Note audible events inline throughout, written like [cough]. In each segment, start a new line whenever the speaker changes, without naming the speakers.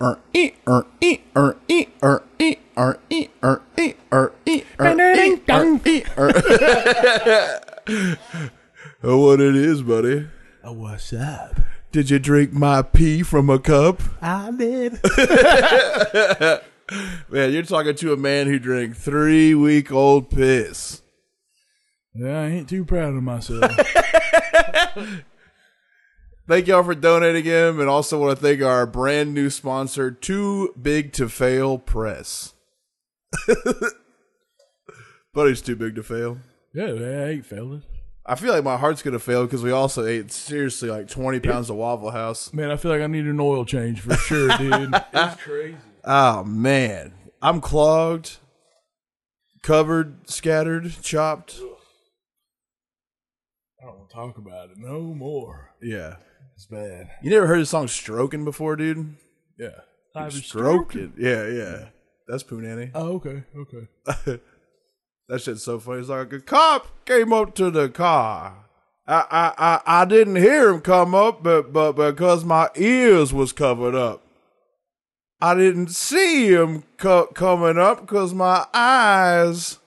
Er, e, er, e, er, e, er, e, er, e, er, e, er, e, er, e, er, e, er. Oh, what it is, buddy?
Oh, what's up?
Did you drink my pee from a cup?
I did.
Man, you're talking to a man who drank three week old piss.
yeah, I ain't too proud of [laughs] myself.
Thank y'all for donating him, and also want to thank our brand new sponsor, Too Big to Fail Press. [laughs] Buddy's too big to fail.
yeah, man, I ain't fellas.
I feel like my heart's gonna fail because we also ate seriously like 20 pounds of Waffle House.
Man, I feel like I need an oil change for sure, [laughs] dude. it's crazy.
Oh man, I'm clogged, covered, scattered, chopped.
I don't want to talk about it no more.
Yeah,
It's bad.
you never heard the song "Stroking" before, dude?
Yeah. I was
Stroking. Yeah, yeah. That's Poonanny.
Oh, okay, okay.
That shit's so funny. It's like a cop came up to the car. I I I, I didn't hear him come up, but but because my ears was covered up, I didn't see him co- coming up because my eyes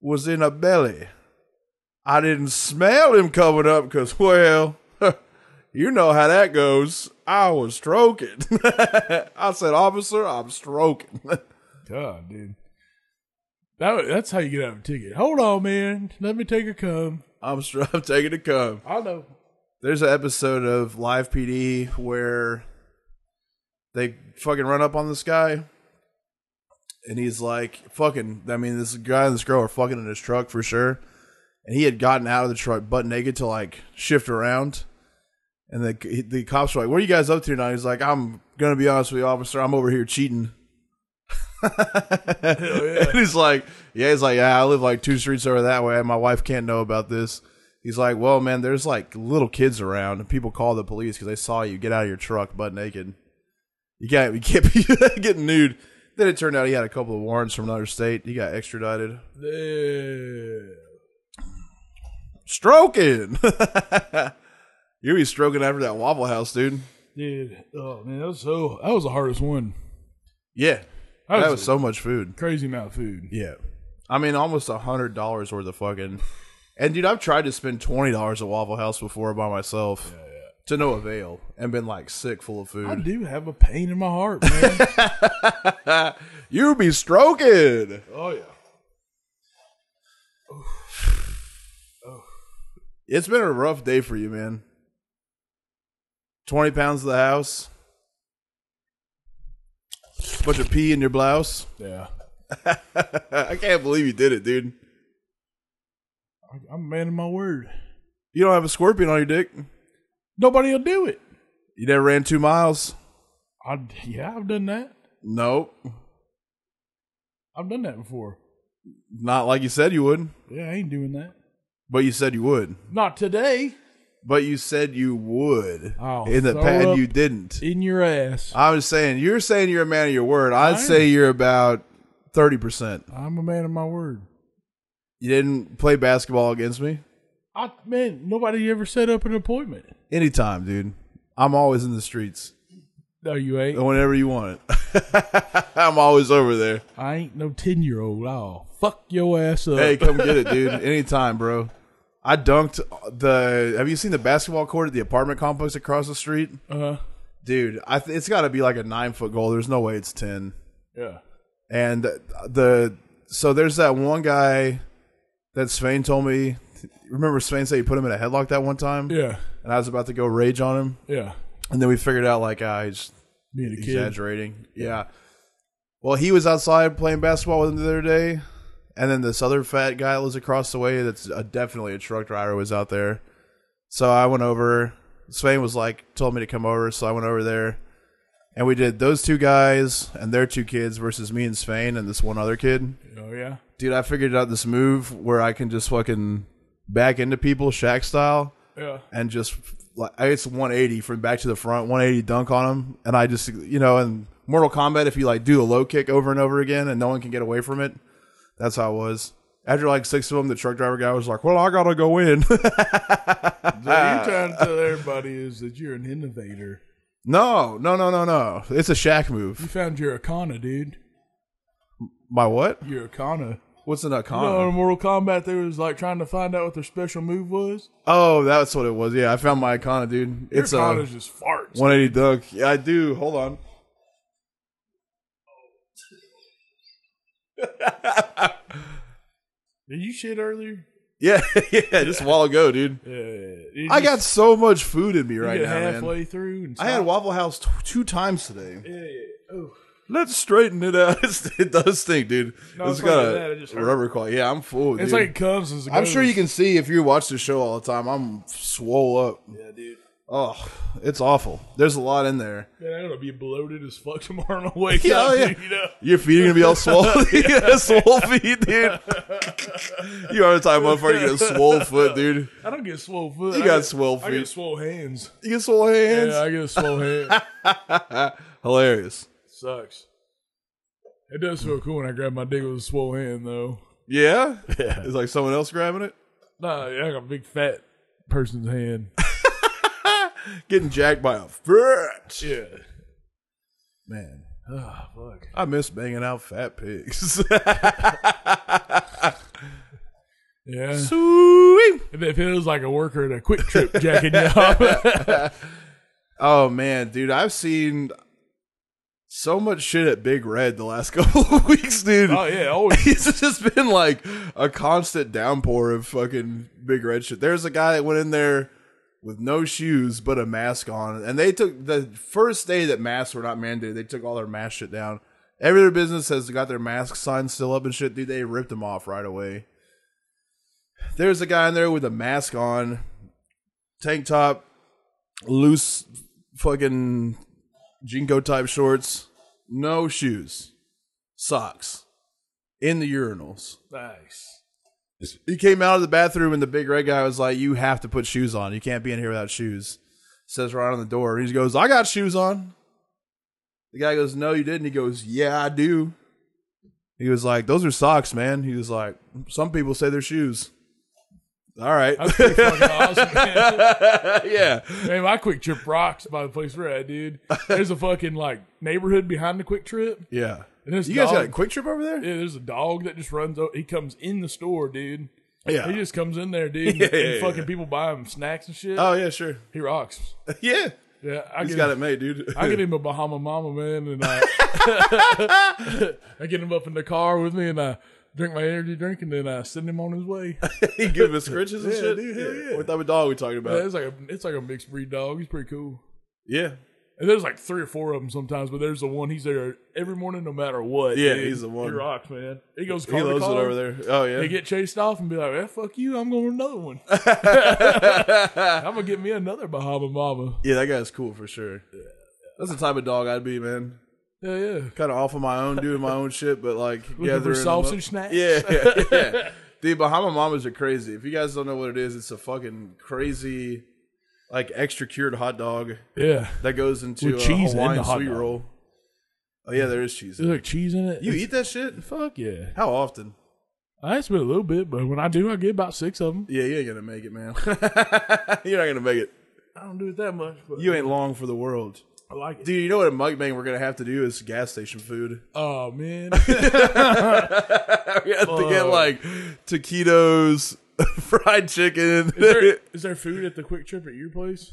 was in a belly. I didn't smell him coming up because [laughs] well, you know how that goes. I was stroking. [laughs] I said, officer, I'm stroking. [laughs]
God, dude. That, that's how you get out of a ticket. Hold on, man. Let me take a cum.
I'm, stro- [laughs] I'm taking a cum.
I know.
there's an episode of Live PD where they fucking run up on this guy, and he's like, "Fucking!" I mean, this guy and this girl are fucking in his truck for sure, and he had gotten out of the truck butt naked to like shift around, and the the cops were like, "What are you guys up to tonight?" He's like, "I'm gonna be honest with you, officer. I'm over here cheating." [laughs] And he's like, yeah, he's like, yeah, I live like two streets over that way. My wife can't know about this. He's like, well, man, there's like little kids around, and people call the police because they saw you get out of your truck butt naked. You can't, you can't be [laughs] getting nude. Then it turned out he had a couple of warrants from another state. He got extradited.
Yeah.
Stroking. [laughs] you be stroking after that Waffle House, dude.
Dude, oh man, that was so that was the hardest one.
Yeah,
That was,
that was so much food.
crazy amount of food.
Yeah. I mean, almost a hundred dollars worth of fucking. And dude, I've tried to spend twenty dollars at Waffle House before by myself, to no avail, and been like sick full of
I
food.
do have a pain in my heart, [laughs] man.
[laughs] You be stroking.
oh yeah.
It's been a rough day for you, man. Twenty pounds of the house, bunch of pee in your blouse. [laughs]
Yeah.
I can't believe you did it, dude.
I, I'm a man of my word.
You don't have a scorpion on your dick.
Nobody'll do it.
You never ran two miles.
I yeah, I've done that.
Nope,
I've done that before.
not like you said you would,
Yeah, I ain't doing that.
but you said you would.
Not today.
But you said you would
I'll
in the
throw
past,
Oh, up-
and you didn't.
In your ass.
I was saying you're saying you're a man of your word. I'd
I am.
say you're about thirty percent.
I'm a man of my word.
You didn't play basketball against me
I man, nobody ever set up an appointment.
anytime, dude. I'm always in the streets
No, you ain't.
whenever you want it. [laughs] I'm always over there.
I ain't no ten year old. I'll fuck your ass up.
Hey, come get
[laughs]
it, dude. Anytime, bro. I dunked the. Have you seen the basketball court at the apartment complex across the street,
Uh,
dude? I th- it's got to be like a nine foot goal. There's no way it's ten.
yeah.
and the so there's that one guy that Swain told me. Remember Swain said he put him in a headlock that one time,
Yeah.
and I was about to go rage on him,
Yeah.
and then we figured out like ah, he's
Me and a kid.
exaggerating. Yeah. Well, he was outside playing basketball with him the other day, and then this other fat guy that lives across the way that's uh definitely a truck driver was out there. So I went over. Swain was like, told me to come over, so I went over there. And we did those two guys and their two kids versus me and Swain and this one other kid.
Oh yeah.
Dude, I figured out this move where I can just fucking back into people, Shaq style
[laughs] Yeah.
and just like it's 180 from back to the front, 180 dunk on him, and I just you know in Mortal Kombat if you like do a low kick over and over again and no one can get away from it, that's how it was. After like six of them, the truck driver guy was like, "Well, I gotta go in." [laughs]
So you're trying to tell everybody is that you're an innovator.
no, no, no, no, no. It's a shack move.
You found your Akana, dude.
My what?
Your Akana.
What's an
You know,
Akana?
in Mortal Kombat, they was like trying to find out what their special move was.
Oh, that's what it was. Yeah, I found my Akana, dude.
Your
It's uh,
Akana
a
is just farts.
180 duck. Yeah, I do. Hold on. [laughs]
Did you shit earlier?
Yeah, [laughs] yeah. Just a while ago, dude.
Yeah. You
I
just-
got so much food in me
you
right
get
now, man.
halfway through. And
I had
stop.
Waffle House t- two times today.
Yeah, yeah. Oh,
Let's straighten it out. [laughs] It's- it does stink, dude.
No,
it's
it's not
got
like that.
a
It just hurt.
rubber claw. Yeah, I'm full, dude.
it's like it comes. As it
I'm
goes.
sure you can see if you watch the show all the time. I'm swole up.
Yeah, dude.
Oh, it's awful. There's a lot in there.
Man, I'm gonna be bloated as fuck [laughs] tomorrow when I wake
Yeah, oh,
up.
yeah.
dude, you know?
Your feet are
[laughs]
gonna be all [laughs] swollen. yeah, swole feet, dude. you are the type of motherfucker you get a swole
[laughs]
foot, dude.
I don't get swole foot.
You
I
got
get,
swole
I
feet.
get swole hands.
You get swole hands.
Yeah, I get a swole
[laughs]
hand.
Hilarious.
Sucks. It does feel cool when I grab my dick with a swole hand, though.
Yeah? It's like someone else grabbing it.
Nah, I got a big fat person's hand.
[laughs] Getting jacked by a foot.
yeah.
Man.
Oh, fuck.
I miss banging out fat pigs. [laughs]
Yeah.
Sweet.
If it feels like a worker at a quick trip jacking you
[laughs]
up.
Oh man, dude, I've seen so much shit at Big Red the last [laughs] couple of weeks, dude.
oh, yeah,
[laughs]
always.
it's just been like a constant downpour of fucking big red shit. There's a guy that went in there with no shoes but a mask on, and they took the first day that masks were not mandated. They took all their mask shit down. Every other business has got their mask signs still up and shit. Dude, they ripped them off right away. There's a guy in there with a mask on, tank top, loose fucking jinko type shorts, no shoes, socks in the urinals.
Nice.
He came out of the bathroom and the big red guy was like, "You have to put shoes on. You can't be in here without shoes." Says right on the door. He goes, "I got shoes on." The guy goes, "No, you didn't." He goes, "Yeah, I do." He was like, "Those are socks, man." He was like, "Some people say they're shoes." All right.
That's pretty fucking [laughs] awesome, man.
[laughs] yeah.
Man, my quick trip rocks by the place we're at, dude. There's a fucking like neighborhood behind the quick trip.
Yeah.
And this
You guys
dog-
got a quick trip over there?
yeah, there's a dog that just runs. o- He comes in the store, dude. He
Yeah.
just comes in there, dude.
[laughs] Yeah,
and
yeah, yeah.
fucking people buy him snacks and shit.
Oh yeah, sure.
he rocks.
[laughs] Yeah.
Yeah, I
He's
get
got
him,
it made, dude. [laughs]
I get him a Bahama Mama man, and I, [laughs] I get him up in the car with me, and I drink my energy drink, and then I send him on his way.
he give us scritches and
Yeah,
shit.
dude, hell yeah.
What type of dog we talking about?
Yeah, it's like a it's like a mixed breed dog. He's pretty cool.
yeah.
And there's like three or four of them sometimes, but there's the one he's there every morning, no matter what.
Yeah,
dude.
he's the one.
He rocks, man. He goes car
He
to
loves it
car.
over there. Oh yeah.
They get chased off and be like, eh, "Fuck you! I'm going to another one.
[laughs]
I'm gonna get me another Bahama Mama."
yeah, that guy's cool for sure. That's the type of dog I'd be, man.
Yeah, yeah.
Kind of off on my own, doing my own shit, but
[laughs]
like
Looking for
gathering them up.
sausage snacks.
Yeah,
[laughs]
yeah, yeah. The Bahama Mamas are crazy. If you guys don't know what it is, it's a fucking crazy, like extra cured hot dog
yeah.
that goes into
With
a
cheese in the
Hawaiian
hot
sweet
dog.
roll. Oh yeah, there is cheese.
[laughs]
In
There's
it.
like cheese in it.
You eat that shit?
Fuck yeah.
How often?
I spit a little bit, but when I do, I get about six of them.
Yeah, you ain't gonna make it, man. [laughs] You're not gonna make it.
I don't do it that much, but
You ain't long for the world.
I like it.
Dude, you know what a mukbang we're gonna have to do is gas station food.
Oh
[laughs]
man.
we have to get like taquitos, [laughs] fried chicken.
Is
[laughs]
there, is there food at the Quick Trip at your place?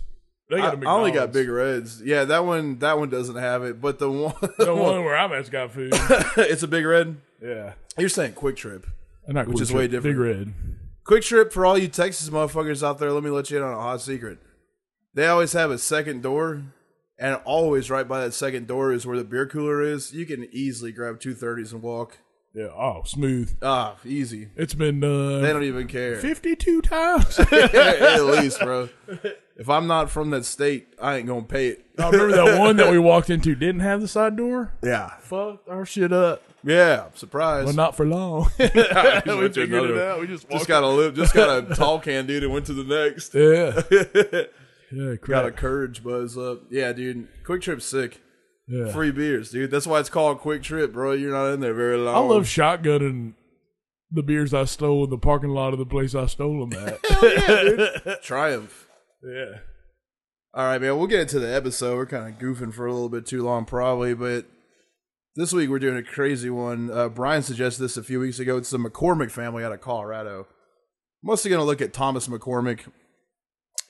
They
I,
a
I only
McDonald's.
got big reds. Yeah, that one that one doesn't have it, but the one,
The one where I'm at's got
[laughs]
food.
it's a big red.
yeah.
You're saying Quick Trip.
Not Quick
is
Trip,
way different.
Big Red.
Quick Trip for all you Texas motherfuckers out there, let me let you in on a hot secret. They always have a second door, and always right by that second door is where the beer cooler is. You can easily grab two thirties and walk.
Yeah. Oh, smooth.
Ah, easy.
It's been
They
uh,
don't even
[laughs]
care.
52
[laughs]
times.
at least, bro. If I'm not from that state, I ain't gonna pay it.
I remember that one that we walked into didn't have the side door.
Yeah,
Fucked our shit up,
yeah. Surprise.
but not for
[laughs]
long. we
went to
figured it
another.
out. We just walked.
just got a lip,
[laughs]
just got a tall can, dude, and went to the next.
yeah. Yeah.
Got a
Crap.
courage buzz up. Yeah, dude. Quick trip, sick.
Yeah.
Free beers, dude. That's why it's called Quick Trip, bro. You're not in there very long.
I love shotgunning the beers I stole in the parking lot of the place I stole them
[laughs]
at.
Triumph.
yeah.
All right, man. We'll get into the episode. We're kind of goofing for a little bit too long, probably, but this week we're doing a crazy one. Uh, Brian suggested this a few weeks ago. It's the McCormick family out of Colorado. Mostly going to look at Thomas McCormick.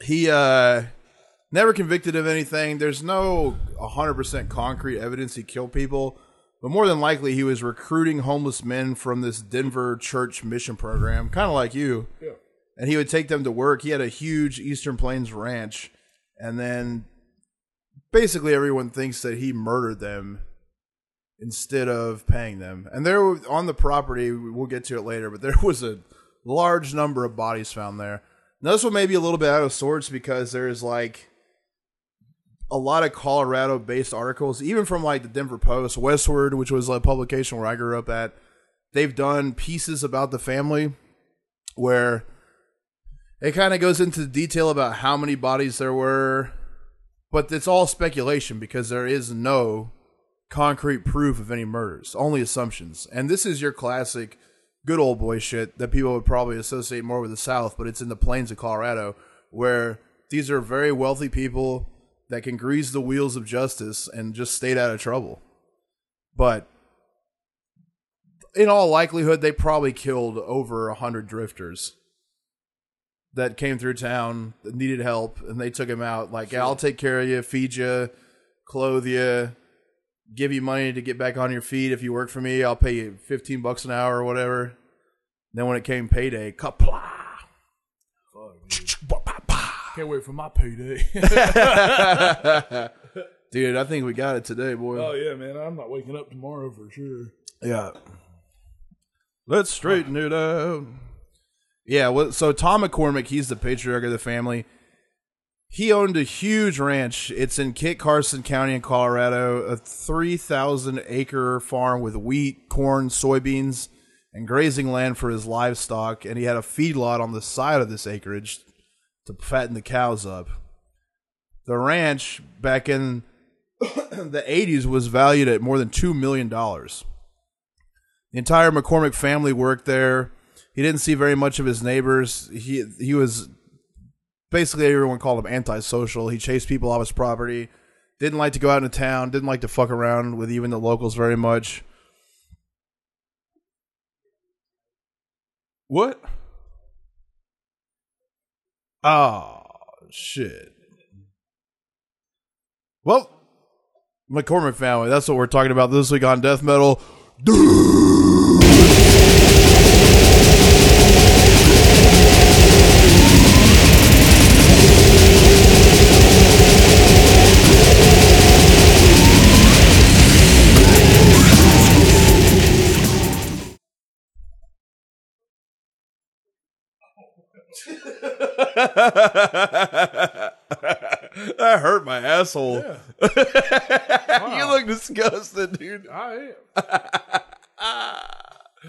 He uh, never convicted of anything. There's no 100% concrete evidence he killed people, but more than likely he was recruiting homeless men from this Denver church mission program, kind of like you.
Yeah.
and he would take them to work. He had a huge Eastern Plains ranch, and then basically everyone thinks that he murdered them instead of paying them. And there were- on the property, we'll get to it later, but there [laughs] was a large number of bodies found there. Now this one may be a little bit out of sorts because there is like a lot of Colorado based articles, even from like the Denver Post, Westward, which was a publication where I grew up at. They've done pieces about the family where it kind of goes into detail about how many bodies there were, but it's all speculation because there is no concrete proof of any murders, only assumptions. And this is your classic good old boy shit that people would probably associate more with the South, but it's in the plains of Colorado where these are very wealthy people that can grease the wheels of justice and just stayed out of trouble. But in all likelihood, they probably killed over a 100 drifters that came through town that needed help, and they took him out. Like, I'll take care of you, feed you, clothe you, give you money to get back on your feet. If you work for me, I'll pay you 15 bucks an hour or whatever. Then when it came payday, kapla. [laughs]
Can't wait for my
[laughs]
payday.
Dude, I think we got it today, boy.
oh yeah, man. I'm not waking up tomorrow for sure.
Yeah. Let's straighten it out. Yeah, well, so Tom McCormick, he's the patriarch of the family. He owned a huge ranch. It's in Kit Carson County in Colorado, a 3,000 acre farm with wheat, corn, soybeans, and grazing land for his livestock. And he had a feedlot on the side of this acreage to fatten the cows up. The ranch back in [coughs] the 80s was valued at more than $2 million. The entire McCormick family worked there. He didn't see very much of his neighbors. He he was basically everyone called him antisocial. He chased people off his property. Didn't like to go out into town. Didn't like to fuck around with even the locals very much. What? Oh shit. Well, McCormick family. That's what we're talking about this week on Death Metal. that hurt my asshole.
Yeah.
you look disgusted, dude.
I am.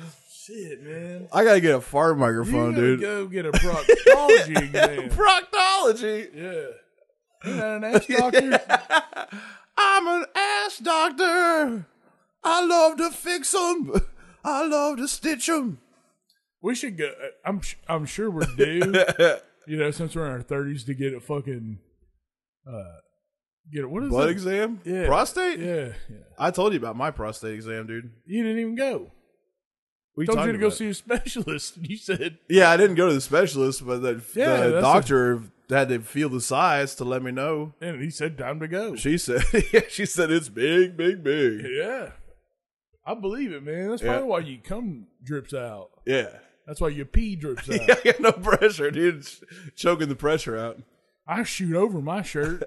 [laughs] Shit, man.
I gotta get a fart
You
microphone,
gotta
dude.
Go get a
[laughs]
proctology exam.
Proctology.
yeah. You're not an
[laughs]
ass doctor.
I'm an ass doctor. I love to fix 'em. I love to
[laughs]
stitch 'em.
We should go. uh, I'm sh- I'm sure we're due. you know, since we're in our thirties, to get a fucking uh, get a, what is
Blood
it?
exam?
Yeah.
Prostate?
yeah, yeah.
I told you about my prostate exam, dude.
You didn't even go.
We
Told you to go see a specialist. You said
Yeah, I didn't go to the specialist, but the,
Yeah, that's
the
a-
doctor had to feel the size to let me know.
and he said time to go.
She said, [laughs] she said it's big, big, big.
yeah, I believe it, man. That's
Yeah.
probably why you cum drips out.
Yeah.
That's why your pee drips out.
[laughs] Yeah, I got no pressure, dude. Ch- Choking the pressure out. [laughs]
I shoot over my shirt.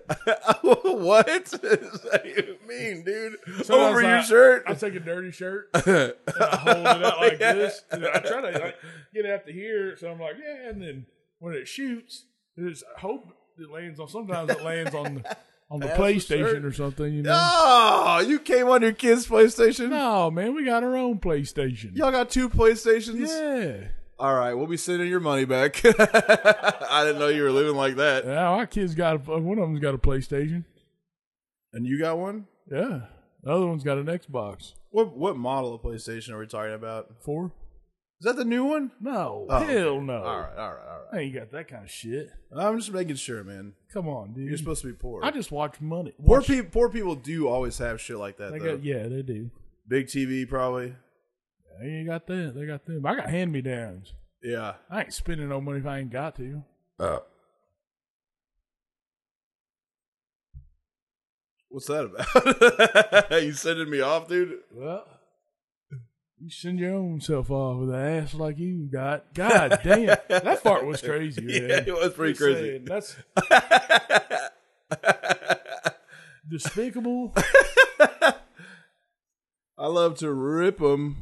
what? [laughs] Is that you mean, dude?
Sometimes
Over your
I-
shirt?
I take a dirty shirt and I hold it out
[laughs]
like this. And I try to like, get it out to here, so I'm like, yeah. And then when it shoots, there's I hope it lands on. Sometimes it lands on
[laughs]
the, on the PlayStation
shirt.
or something, you know.
[laughs] Oh, you came on your kid's PlayStation?
No, man, we got our own PlayStation.
Y'all got two PlayStations?
Yeah.
All right, we'll be sending your money back. [laughs] I didn't know you were living like that.
Now our kids got a, one of them's got a PlayStation.
And you got one?
Yeah. The other one's got an Xbox.
What what model of PlayStation are we talking about?
Four.
Is that the new one?
No,
Oh, okay.
hell no.
All right, all right, all
I ain't got that kind of shit.
right. I'm just making sure, man.
Come on, dude.
You're supposed to be poor.
I just watch money.
poor
Watch-
people. Poor people do always have shit like that.
They
Though.
got, yeah, they do.
Big TV, probably.
They ain't got that. They got them. I got hand me downs.
Yeah.
I ain't spending no money if I ain't got to.
What's that about? [laughs] you sending me off, dude? [laughs]
Well, you send your own self off with an ass like you got. God
[laughs]
damn, that part was crazy. Man.
Yeah, it was pretty
Just
crazy.
saying,
[laughs]
that's despicable.
I love to rip him.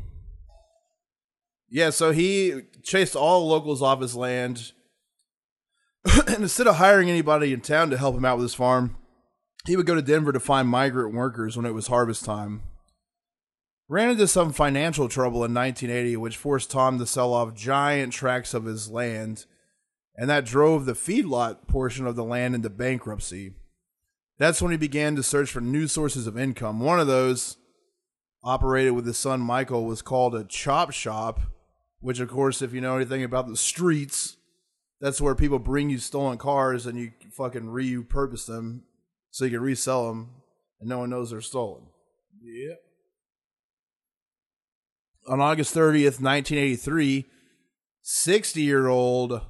Yeah, so he chased all locals off his land. [clears throat] and instead of hiring anybody in town to help him out with his farm, he would go to Denver to find migrant workers when it was harvest time. Ran into some financial trouble in 1980, which forced Tom to sell off giant tracts of his land, and that drove the feedlot portion of the land into bankruptcy. That's when he began to search for new sources of income. One of those operated with his son Michael was called a chop shop, which, of course, if you know anything about the streets, that's where people bring you stolen cars and you fucking repurpose them so you can resell them and no one knows they're stolen.
yeah,
On August 30th, 1983, 60 year old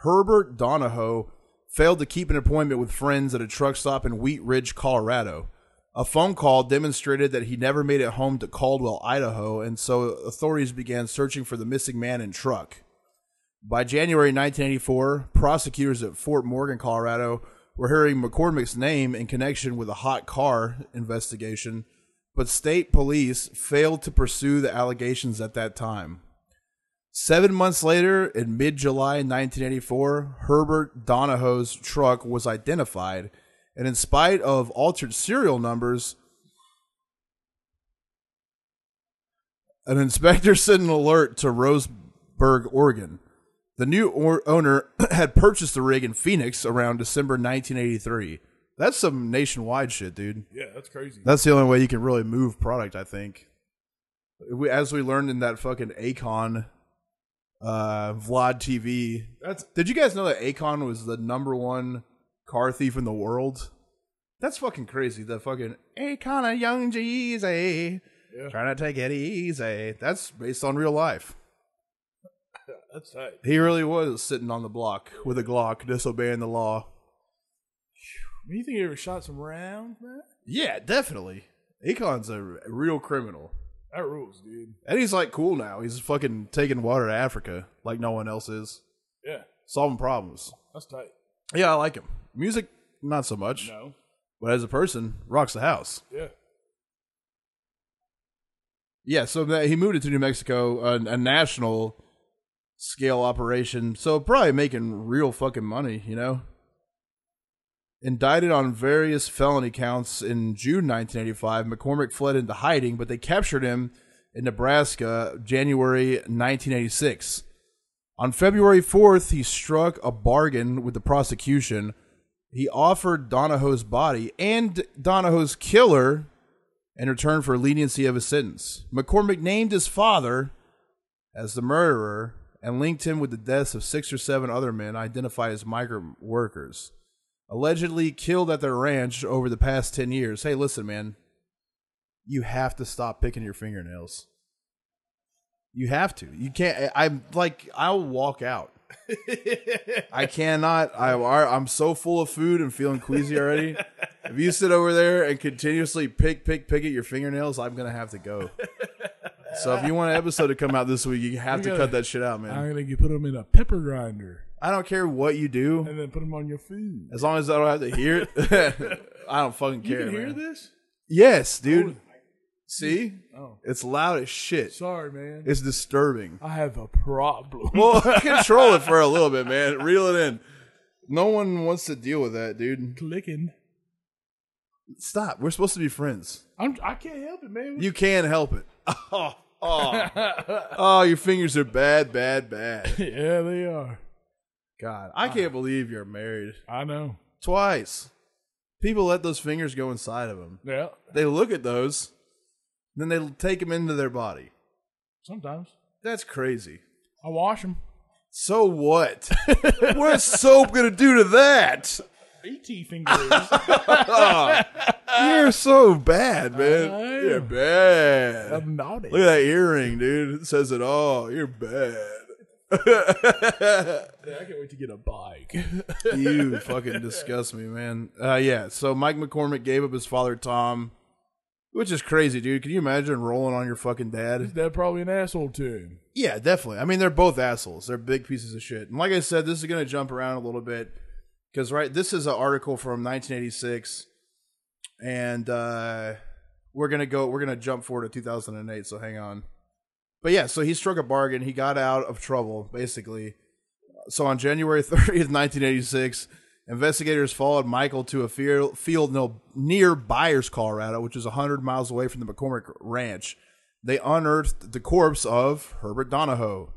Herbert Donahoe failed to keep an appointment with friends at a truck stop in Wheat Ridge, Colorado. A phone call demonstrated that he never made it home to Caldwell, Idaho, and so authorities began searching for the missing man and truck. By January 1984, prosecutors at Fort Morgan, Colorado, were hearing McCormick's name in connection with a hot car investigation, but state police failed to pursue the allegations at that time. Seven months later, in mid July 1984, Herbert Donahoe's truck was identified, and in spite of altered serial numbers, an inspector [laughs] sent an alert to Roseburg, Oregon. The new or- owner [clears throat] had purchased the rig in Phoenix around December 1983. That's some nationwide shit, dude.
yeah, that's crazy.
That's the only way you can really move product, I think. We, as we learned in that fucking Akon uh, Vlad TV.
That's
Did you guys know that Akon was the number one car thief in the world? That's fucking crazy. The fucking Akon, a young Jeezy,
Yeah.
trying to take it easy. That's based on real life.
that's tight.
He really was sitting on the block with a Glock, disobeying the law.
You think he ever shot some rounds, man?
Yeah, definitely. Akon's a r- real criminal.
That rules, dude.
And he's like cool now. He's fucking taking water to Africa like no one else is,
Yeah,
solving problems.
that's tight.
Yeah, I like him. Music, not so much,
No,
but as a person, rocks the house.
yeah,
Yeah, so that he moved it to New Mexico, a, a national scale operation. So probably making real fucking money, you know. Indicted on various felony counts in June 1985, McCormick fled into hiding, but they captured him in Nebraska January 1986. On February 4th, he struck a bargain with the prosecution. He offered Donahoe's body and Donahoe's killer, in return for leniency of his sentence. McCormick named his father as the murderer and linked him with the deaths of six or seven other men identified as migrant workers, allegedly killed at their ranch over the past 10 years. Hey, listen, man, you have to stop picking your fingernails. You have to. You can't. I, I'm like, I'll walk out. I cannot. I, I- I'm so full of food and feeling queasy already. If you sit over there and continuously pick, pick, pick at your fingernails, I'm gonna have to go. so if you want an episode to come out this week, you have
You
to
gotta-
cut that shit out, man.
I'm gonna get- put them in a pepper grinder
I don't care what you do,
and then put them on your food.
as long as I don't have to hear it.
[laughs]
[laughs] I don't fucking
You
care.
can hear
man.
this?
Yes, dude. See,
Oh,
it's loud as shit.
sorry, man.
It's disturbing.
I have a problem.
Well, [laughs] control it for a little bit, man. Reel it in. No one wants to deal with that, dude.
[laughs] Clicking.
Stop. We're supposed to be friends.
I'm. I can't help it, man.
You can't help it. [laughs] Oh, oh, oh your fingers are bad, bad, bad.
[laughs] yeah, they are.
God, I can't believe you're married
I know.
twice. People let those fingers go inside of them.
Yeah,
They look at those, then they take them into their body.
sometimes.
That's crazy.
I wash them.
So what? What's soap gonna do to that?
ET E
[laughs]
fingers.
You're so bad,
I
man.
am.
You're bad.
I'm naughty.
Look at that earring, dude. It says it all. You're bad. [laughs]
Yeah, I can't wait to get a bike. [laughs]
you fucking disgust me, man. Uh, yeah. So Mike McCormick gave up his father Tom, which is crazy, dude. Can you imagine rolling on your fucking dad?
That's probably an asshole to him.
Yeah, definitely. I mean, they're both assholes. They're big pieces of shit. And like I said, this is gonna jump around a little bit because right, this is an article from 1986, and uh, we're gonna go. We're gonna jump forward to 2008. So hang on. But yeah, so he struck a bargain. He got out of trouble, basically. So on January [laughs] 30th, 1986, investigators followed Michael to a field, field no, near Byers, Colorado, which is 100 miles away from the McCormick Ranch. They unearthed the corpse of Herbert Donahoe.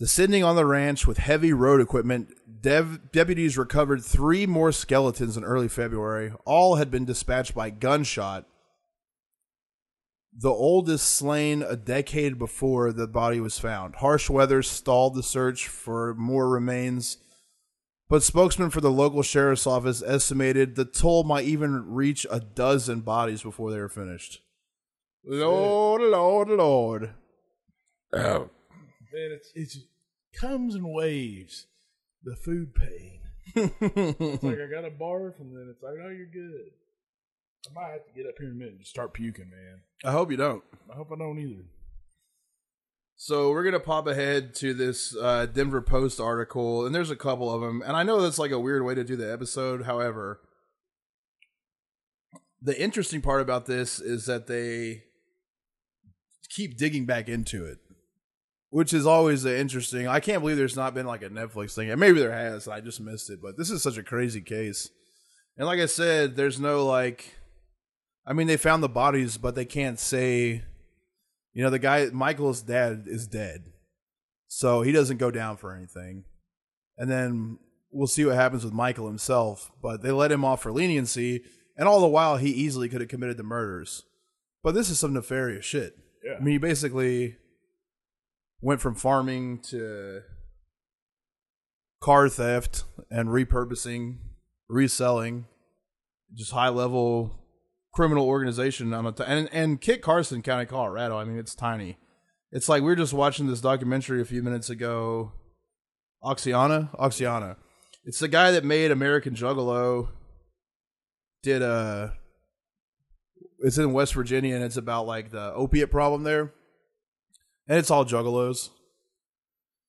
Descending on the ranch with heavy road equipment, dev- deputies recovered three more skeletons in early February. All had been dispatched by gunshot the oldest slain a decade before the body was found. Harsh weather stalled the search for more remains, but spokesman for the local sheriff's office estimated the toll might even reach a dozen bodies before they were finished. Lord, Lord, [laughs] Lord. Oh.
Man, it's, it's comes in waves. The food pain. It's like I got a barf, and then it's like, oh, you're good. I might have to get up here in a minute and just start puking, man.
I hope you don't.
I hope I don't either.
So we're gonna pop ahead to this uh, Denver Post article, and there's a couple of them. And I know that's like a weird way to do the episode. However, the interesting part about this is that they keep digging back into it, which is always the interesting. I can't believe there's not been like a Netflix thing, and maybe there has. And I just missed it, but this is such a crazy case. And like I said, there's no like. I mean, they found the bodies, but they can't say you know, the guy Michael's dad is dead, so he doesn't go down for anything. And then we'll see what happens with Michael himself. But they let him off for leniency, and all the while he easily could have committed the murders. But this is some nefarious shit.
Yeah.
I mean, he basically went from farming to car theft and repurposing, reselling, just high level criminal organization on a t- and and Kit Carson County, Colorado. I mean, it's tiny. It's like we were just watching this documentary a few minutes ago. Oxiana, Oxiana. It's the guy that made American Juggalo. Did uh It's in West Virginia, and it's about like the opiate problem there, and it's all juggalos.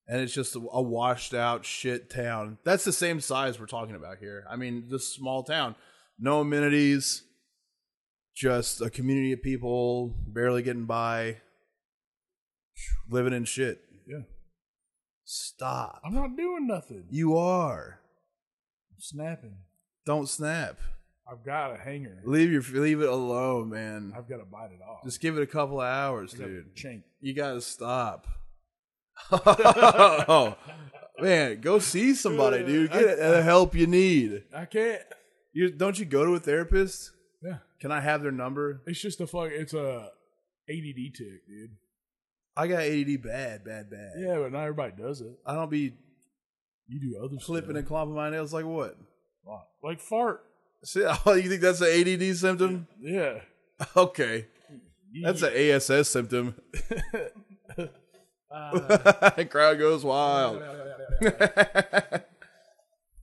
And it's just a a washed out shit town. That's the same size we're talking about here. I mean, this small town, no amenities, just a community of people barely getting by, living in shit.
Yeah.
Stop.
I'm not doing nothing.
You are.
I'm snapping.
Don't snap.
I've got a hanger.
Leave your leave it alone, man.
I've got to bite it off.
Just give it a couple of hours,
I gotta
dude.
Chink.
You
[laughs]
gotta stop. [laughs] man, go see somebody, dude. Get the help you need.
I can't.
You don't you go to a therapist?
Yeah.
Can I have their number?
It's just a fuck. It's a ADD tick, dude.
I got ADD bad, bad, bad.
Yeah, but not everybody does it.
I don't be
You do other
clipping and
stuff.
clomping my nails like what?
a lot. Like fart.
See, [laughs] you think that's an ADD symptom?
Yeah.
Okay, that's an ASS symptom. [laughs] Crowd goes wild. [laughs]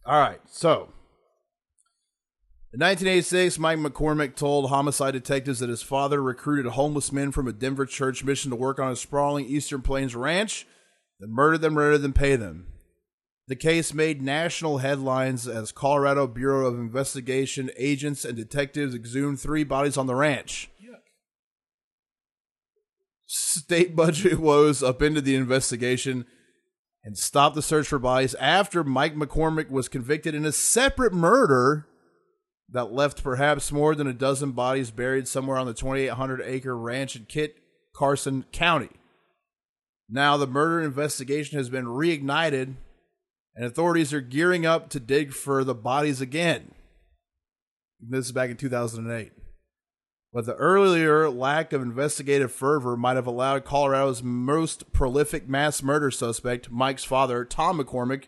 All right, so. In 1986, Mike McCormick told homicide detectives that his father recruited homeless men from a Denver church mission to work on a sprawling Eastern Plains ranch, then murdered them rather than pay them. The case made national headlines as Colorado Bureau of Investigation agents and detectives exhumed three bodies on the ranch. State budget woes upended the investigation and stopped the search for bodies after Mike McCormick was convicted in a separate murder that left perhaps more than a dozen bodies buried somewhere on the 2,800 acre ranch in Kit Carson County. Now, the murder investigation has been reignited, and authorities are gearing up to dig for the bodies again. This is back in 2008. but the earlier lack of investigative fervor might have allowed Colorado's most prolific mass murder suspect, Mike's father, Tom McCormick,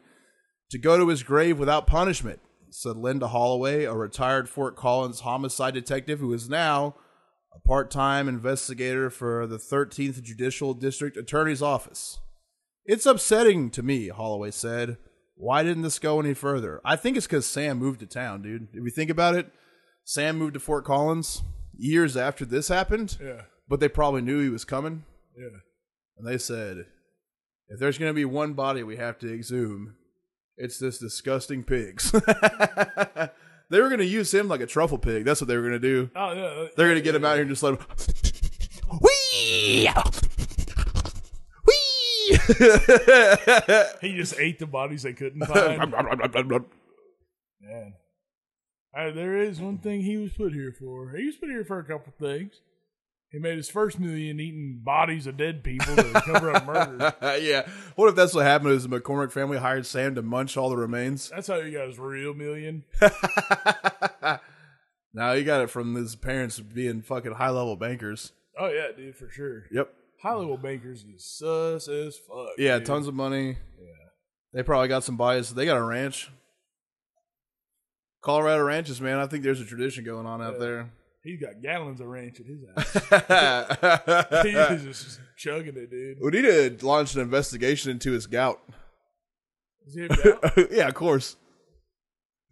to go to his grave without punishment, said Linda Holloway, a retired Fort Collins homicide detective who is now a part time investigator for the 13th Judicial District Attorney's Office. It's upsetting to me, Holloway said. Why didn't this go any further? I think it's because Sam moved to town, dude. If you think about it, Sam moved to Fort Collins years after this happened,
Yeah.
but they probably knew he was coming.
Yeah.
And they said, if there's going to be one body we have to exhume, it's this disgusting pig's. [laughs] they were going to use him like a truffle pig. That's what they were going to do.
Oh yeah.
They're going to get him out here and just let him. [laughs] Wee! [laughs] Wee!
He just ate the bodies they couldn't find. Man. Uh, there is one thing he was put here for. He was put here for a couple things. He made his first million eating bodies of dead people to cover up murders.
[laughs] yeah. What if that's what happened? Is the McCormick family hired Sam to munch all the remains?
That's how he got his real million.
Now he got it from his parents being fucking high level bankers.
Oh yeah, dude, for sure.
Yep.
Hollywood Bakers is sus as fuck.
Yeah,
dude.
tons of money. Yeah. They probably got some bias. They got a ranch. Colorado ranches, man. I think there's a tradition going on out [laughs]
He's got gallons of ranch at his house. he
there.
is just chugging it, dude.
we need to launch an investigation into his gout.
Is he about-
[laughs] yeah, of course.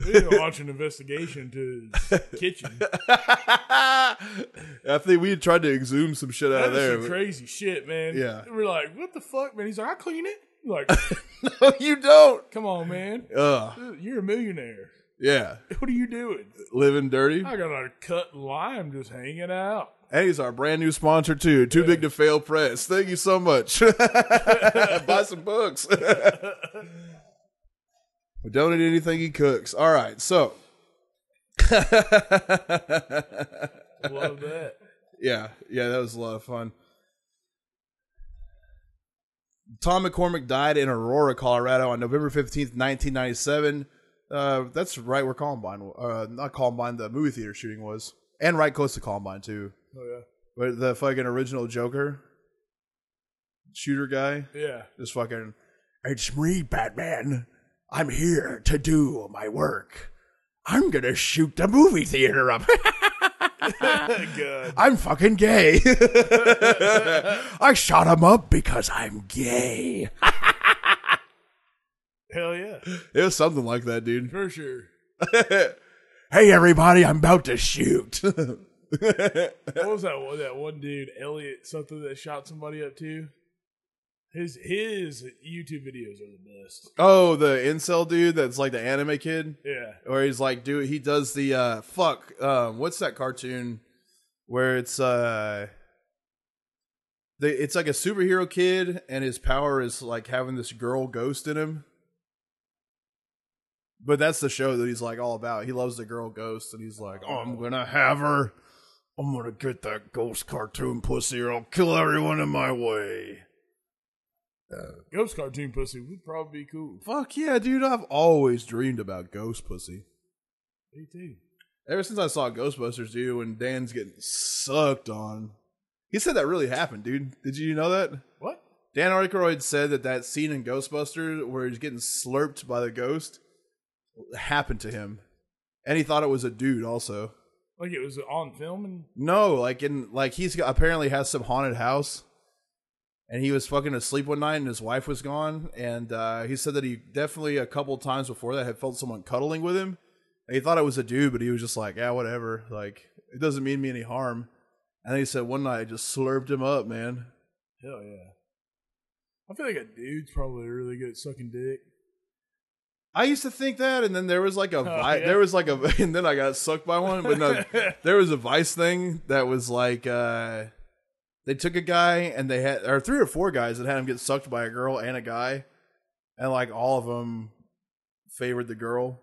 We need to launch an investigation to his
[laughs]
kitchen.
[laughs] Uh, I think we tried to exhume some shit out
That
of
is
there.
some crazy shit, man.
Yeah.
We're like, what the fuck, man? He's like, I clean it. I'm like,
but- [laughs] no, you don't.
come on,
[laughs]
man.
Ugh.
You're a millionaire.
Yeah.
What are you doing?
Living dirty.
I got a cut lime just hanging out.
And he's our brand new sponsor too. Too big to fail press. Thank you so much. [laughs] Buy some books. [laughs] we don't eat anything he cooks. All right, so [laughs]
Love that.
yeah, yeah, that was a lot of fun. Tom McCormick died in Aurora, Colorado, on November fifteenth, nineteen ninety-seven. Uh, that's right where Columbine, uh, not Columbine, the movie theater shooting was, and right close to Columbine too.
Oh,
But the fucking original Joker shooter guy
yeah. Yeah.
just fucking, it's me, Batman. I'm here to do my work. I'm gonna shoot the movie theater up.
God.
I'm fucking gay. [laughs] I shot him up because I'm gay.
Hell yeah.
It was something like that, dude. [laughs]
For sure.
hey, everybody, I'm about to shoot.
What was that one? That one dude, Elliot, something that shot somebody up too. His his YouTube videos are the best.
oh, the incel dude that's like the anime kid.
Yeah,
where he's like do he does the uh fuck um what's that cartoon where it's uh they, it's like a superhero kid and his power is like having this girl ghost in him but that's the show that he's like all about he loves the girl ghost and he's like oh, i'm gonna have her i'm gonna get that ghost cartoon pussy or i'll kill everyone in my way
ghost cartoon pussy would probably be cool.
fuck yeah dude i've always dreamed about ghost pussy
Me too.
Ever since I saw Ghostbusters, dude, when Dan's getting sucked on, he said that really happened, dude. Did you know that?
What?
Dan Aykroyd said that that scene in Ghostbusters where he's getting slurped by the ghost happened to him, and he thought it was a dude. Also,
Like it was on film and
no, like in like he's got, apparently has some haunted house, and he was fucking asleep one night, and his wife was gone, and uh, he said that he definitely a couple times before that had felt someone cuddling with him. And he thought it was a dude, but he was just like, yeah, whatever, like it doesn't mean me any harm. And then he said one night I just slurped him up, man.
hell yeah. I feel like a dude's probably really good at sucking dick.
I used to think that, and then there was like a vi-
yeah.
there was like a, [laughs] and then I got sucked by one.
[laughs]
But no, there was a Vice thing that was like uh, they took a guy and they had or three or four guys that had him get sucked by a girl and a guy, and like all of them favored the girl.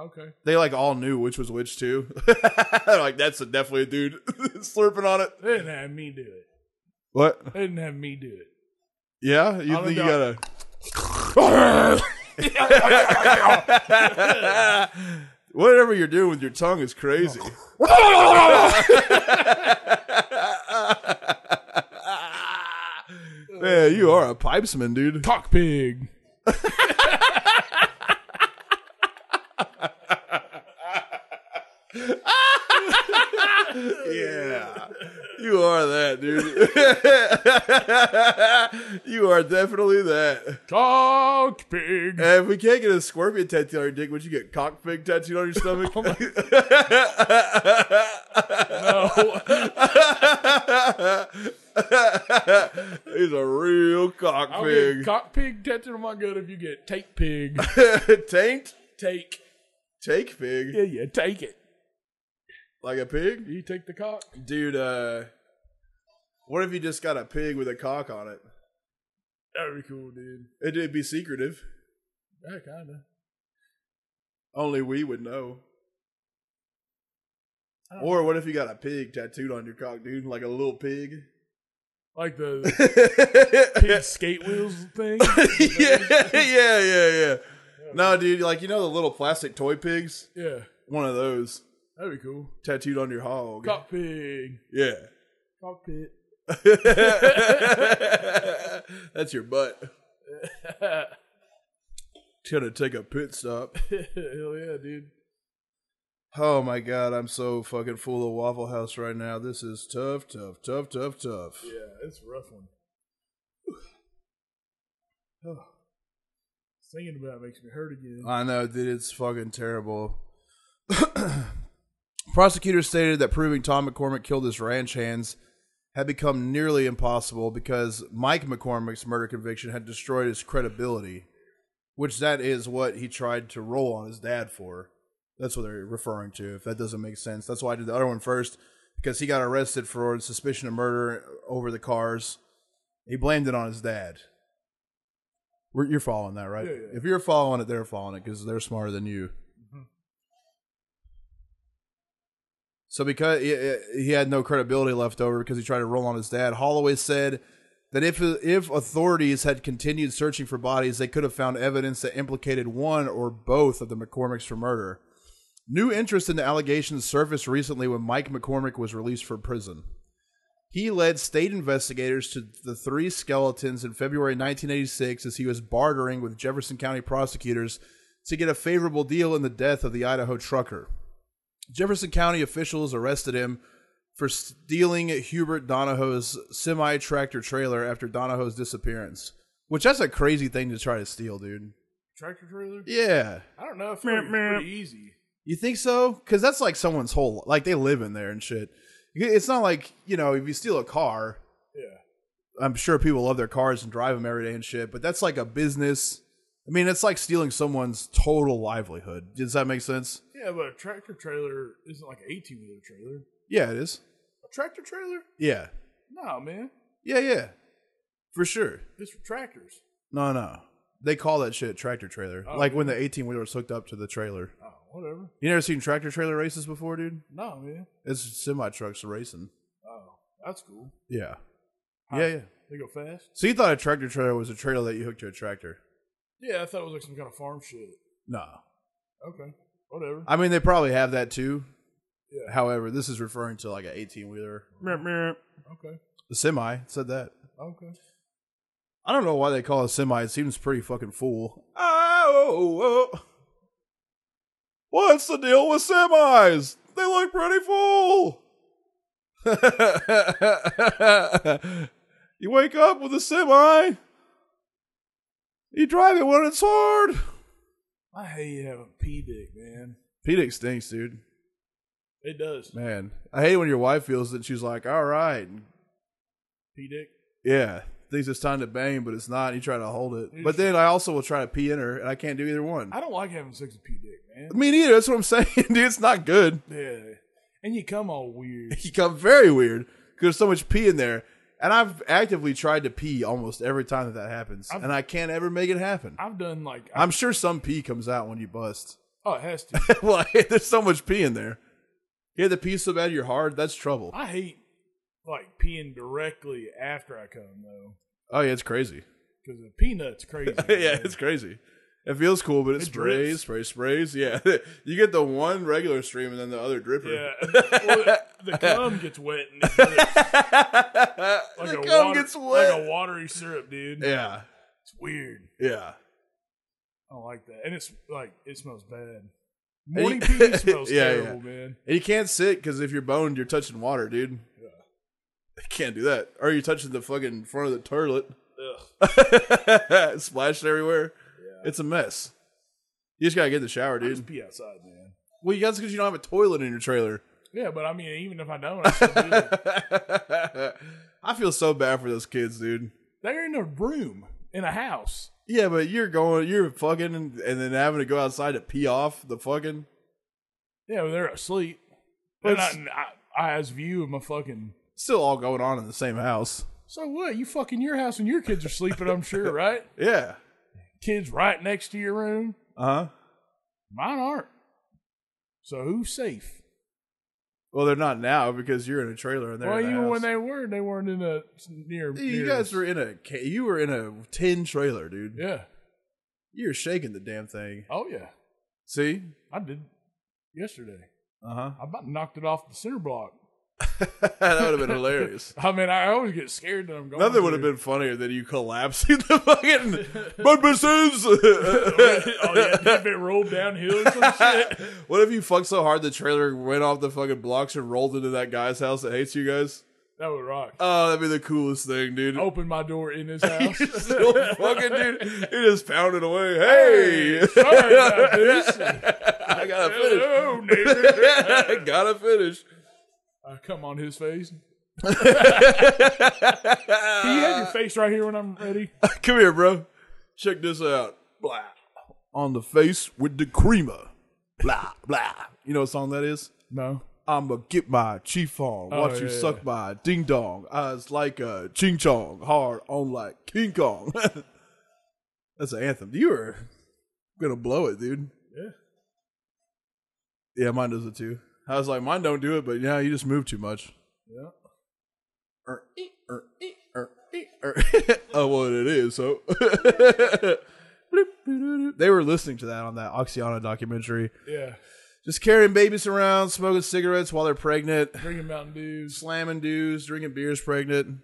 Okay.
They like all knew which was which too. [laughs] They're like that's a, definitely a dude [laughs] slurping on it.
They didn't have me do it.
What?
They didn't have me do it.
Yeah, you
I'll
think you
go-
gotta? [laughs] Whatever you're doing with your tongue is crazy. [laughs] Man, you are a pipesman, dude.
Cock pig.
Yeah. [laughs] You are that, dude. [laughs] you are definitely that.
Cock pig.
And if we can't get a scorpion tattoo on your dick, would you get cock pig tattooed on
[laughs]
your stomach?
Oh
[laughs] He's a real cock
I'll
pig.
get cock pig tattooed on my gut if you get take pig.
[laughs] Taint?
take.
Take pig?
Yeah, yeah, take it.
Like a pig?
You take the cock.
Dude, uh, what if you just got a pig with a cock on it?
That'd be cool, dude.
It'd be secretive.
Yeah, kinda.
Only we would know. Or what if you got a pig tattooed on your cock, dude? Like a little [laughs] pig?
Like
[laughs]
the pig skate wheels thing.
yeah, yeah, yeah, yeah. No, dude, like you know the little plastic toy pigs?
Yeah,
One of those
that'd be cool.
tattooed on your hog.
Cock pig.
Yeah.
Cock pit. [laughs]
That's your butt. It's gonna take a pit stop.
Hell yeah, dude.
Oh my god, I'm so fucking full of Waffle House right now. This is tough, tough, tough, tough, tough.
Yeah, it's a rough one. [sighs] Oh. Singing about it makes me hurt again.
I know, dude. It's fucking terrible. [clears throat] Prosecutors stated that proving Tom McCormick killed his ranch hands had become nearly impossible because Mike McCormick's murder conviction had destroyed his credibility, which that is what he tried to roll on his dad for. That's what they're referring to. If that doesn't make sense, that's why I did the other one first because he got arrested for suspicion of murder over the cars. He blamed it on his dad. We're, you're following that, right?
Yeah, yeah. Mm-hmm.
If you're following it, they're following it because they're smarter than you. So because he, he had no credibility left over because he tried to roll on his dad, Holloway said that if if authorities had continued searching for bodies, they could have found evidence that implicated one or both of the McCormicks for murder. New interest in the allegations surfaced recently when Mike McCormick was released from prison. He led state investigators to the three skeletons in February 1986 as he was bartering with Jefferson County prosecutors to get a favorable deal in the death of the Idaho trucker. Jefferson County officials arrested him for stealing Hubert Donahoe's semi tractor trailer after Donahoe's disappearance, which that's a crazy thing to try to steal, dude.
Tractor trailer?
Yeah.
I don't know. I feel like it's pretty easy.
You think so? Because that's like someone's whole, like they live in there and shit. It's not like, you know, if you steal a car,
Yeah.
I'm sure people love their cars and drive them every day and shit, but that's like a business. I mean, it's like stealing someone's total livelihood. Does that make sense?
Yeah, but a tractor trailer isn't like an 18 wheeler trailer.
Yeah, it is.
A tractor trailer?
Yeah.
No, man.
Yeah, yeah. For sure.
It's for tractors.
No, no. They call that shit tractor trailer.
Oh,
like when the 18 wheeler was hooked up to the trailer.
Oh, whatever.
You never seen tractor trailer races before, dude?
No, man.
It's semi trucks racing.
Oh, that's cool.
Yeah. Yeah, yeah.
They go fast.
So you thought a tractor trailer was a trailer that you hooked to a tractor?
Yeah, I thought it was like some kind of farm shit.
No.
Okay, whatever.
I mean, they probably have that too.
Yeah.
However, this is referring to like an 18 wheeler.
Okay,
The semi said that.
okay.
I don't know why they call it a semi. It seems pretty fucking fool. Oh, oh. what's the deal with semis? They look pretty full. [laughs] you wake up with a semi. You drive it when it's hard.
I hate having pee dick, man.
Pedic stinks, dude.
It does.
Man, I hate when your wife feels that she's like, all right,
Pee dick.
yeah, thinks it's time to bang, but it's not. And you try to hold it, but then I also will try to pee in her, and I can't do either one.
I don't like having sex with pee dick, man.
Me neither. That's what I'm [laughs] saying, dude. It's not good.
Yeah, and you come all
[laughs]
weird.
You got very weird because there's so much pee in there, and I've actively tried to pee almost every time that that happens,
I've-
and I can't ever make it happen.
I've done like I,
I'm sure some pee comes out when you bust. [laughs]
oh, it has to.
well, there's so much pee in there. You have to pee so bad you're hard. That's trouble.
I hate like peeing directly after I come though, [laughs]
Oh yeah, it's crazy.
because the peanut's crazy.
[laughs] yeah,
man.
it's crazy. It feels cool, but it,
It
sprays,
drips.
sprays, sprays. Yeah, [laughs] you get the one regular stream and then the other dripper.
Yeah. well, the cum gets wet and it drips. like
[laughs] the
a
cum
water-
gets wet.
Like a watery syrup, dude.
yeah,
It's weird.
yeah.
I don't like that. And it's like, it smells bad.
you-
Morning
[laughs]
pee smells
Yeah, yeah.
terrible, man.
And you can't sit because if you're boned, you're touching water, dude.
Yeah.
You can't do that. Or you're touching the fucking front of the toilet, [laughs]
Ugh.
splashed everywhere.
Yeah.
It's a mess. You just gotta get in the shower,
I
dude.
just pee outside, man.
[laughs] Well, you guys, because you don't have a toilet in your trailer.
Yeah, but I mean, even if I don't, I still do it.
[laughs] I feel so bad for those kids, dude.
[laughs] They're in a room in a house.
Yeah, but you're going, you're fucking, and then having to go outside to pee off the fucking.
Yeah, but they're asleep. They're
It's
not in I, eyes view of my fucking.
still all going on in the same house.
So what? You fucking your house and your kids are sleeping. I'm sure, right?
Yeah.
Kids right next to your room.
Uh huh.
Mine aren't. So who's safe?
Well, they're not now because you're in a trailer and they're.
well,
in a
even
house.
when they were, they weren't in a near.
You
near
guys
us.
were in a ca- you were in a tin trailer, dude.
Yeah.
You're shaking the damn thing.
Oh yeah.
See? [laughs]
I did yesterday.
Uh
I about knocked it off the center block.
huh. that would have been hilarious.
I mean, I always get scared that I'm going.
Nothing would have
there.
been funnier than you collapsing [laughs] the fucking my [laughs] business.
[laughs] oh yeah, if it rolled downhill or some
[laughs]
shit.
what if you fucked so hard the trailer went off the fucking blocks and rolled into that guy's house that hates you guys?
That would rock.
Oh, that'd be the coolest thing, dude. [laughs]
Open my door in his house.
Still fucking dude, he just pounded away. Hey, [laughs]
Sorry about this.
I gotta finish. [laughs]
Hello, neighbor.
Gotta finish.
I come on his
[laughs]
face. Do you have your face right here when I'm ready?
Come here, bro. Check this out. Blah. On the face with the creamer. Blah, blah. You know what song that is?
No.
I'ma get my chief on.
Oh,
Watch you
yeah,
suck
yeah.
my ding dong. Eyes like a ching chong. Hard on like King Kong. [laughs] That's an anthem. You were gonna blow it, dude.
Yeah.
Yeah, mine does it too. I was like, mine don't do it, but yeah, you just move too much.
Yeah.
Er, ee, er, ee, er, ee, er. [laughs] oh, well, it is. So [laughs] they were listening to that on that Oxiana documentary.
Yeah.
Just carrying babies around, smoking cigarettes while they're pregnant,
Drinking Mountain Dews.
slamming dudes, drinking beers pregnant,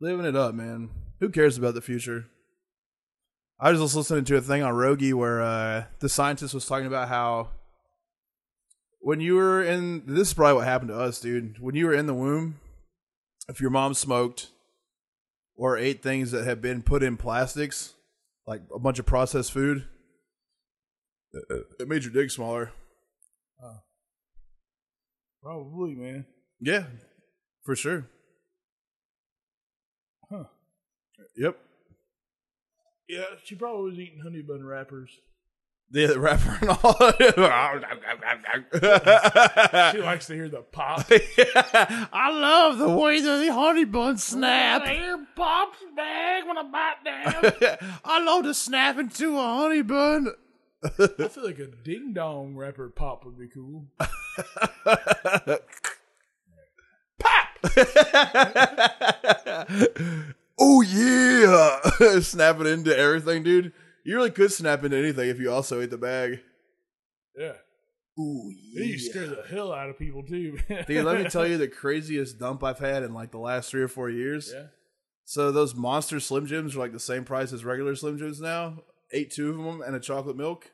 living it up, man. Who cares about the future? I was just listening to a thing on Rogi where uh, the scientist was talking about how when you were in this is probably what happened to us, dude. When you were in the womb, if your mom smoked or ate things that had been put in plastics, like a bunch of processed food, it made your dick smaller.
Probably, man.
Yeah, for sure.
Huh.
Yep.
Yeah, she probably was eating honey bun wrappers.
Yeah, the rapper and all.
She likes to hear the
[laughs]
pop.
[laughs] I love the way that the honey bun snap. [laughs]
Here pops bag when I bite down.
I love to snap into a honey bun.
I feel like a ding dong rapper pop would be cool.
Uh, oh yeah, [laughs] snap it into everything, dude. You really could snap into anything if you also ate the bag.
Yeah.
Ooh
They used to scare the hell out of people too. [laughs] man.
Dude, let me tell you the craziest dump I've had in like the last three or four years.
Yeah.
So those monster Slim Jims are like the same price as regular Slim Jims now. Ate two of them and a chocolate milk.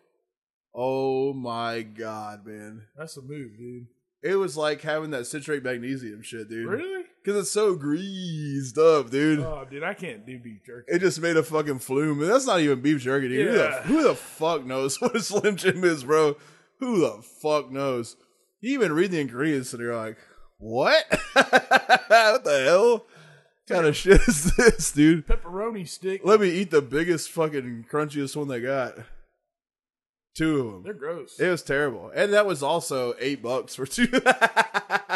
Oh my god, man!
That's the move, dude.
It was like having that citrate magnesium shit, dude.
Really?
Because it's so greased up, dude.
Oh, dude, I can't do beef jerky.
it just made a fucking flume. And that's not even beef jerky, dude. Who, the,
Yeah.
who the fuck knows [laughs] what a Slim Jim is, bro? Who the fuck knows? You even read the ingredients and you're like, what? [laughs] what the hell? kind of shit is this, dude?
Pepperoni stick.
Let me eat the biggest fucking crunchiest one they got. Two of them.
They're gross.
It was terrible. And that was also eight bucks for two. [laughs]
Fuck.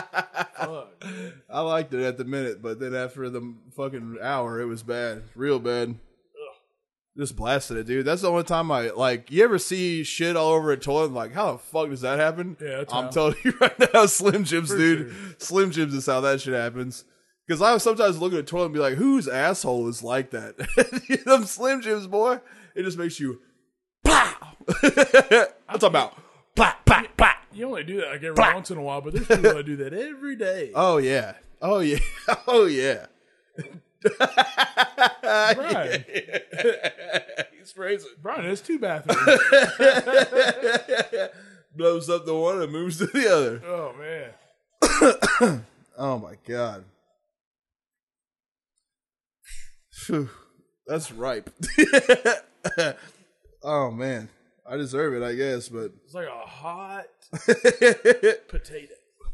I liked it at the minute, but then after the fucking hour, it was bad, real bad. Just blasted it, dude. That's the only time I like. You ever see shit all over a toilet? And like, how the fuck does that happen?
Yeah, that's
I'm
how.
telling you [laughs] right now, Slim Jims,
For
dude. Slim Jims is how that shit happens. Because I would sometimes look at a toilet and be [laughs] like, whose asshole is like that? Them Slim Jims, boy. It just makes you [laughs] I'm talking about plop, plop, plop.
You only do that like every
Blah.
once in a while, but there's people that do that every
[laughs]
day.
Oh yeah. Oh yeah. [laughs] Oh yeah.
Brian,
[laughs] He's crazy.
Brian, there's two
[laughs]
bathrooms.
Blows up the one and moves to the other.
oh man,
Oh my god. Phew, that's ripe. [laughs] oh man. I deserve it, I guess, but
it's like a
[laughs]
hot
yeah,
potato.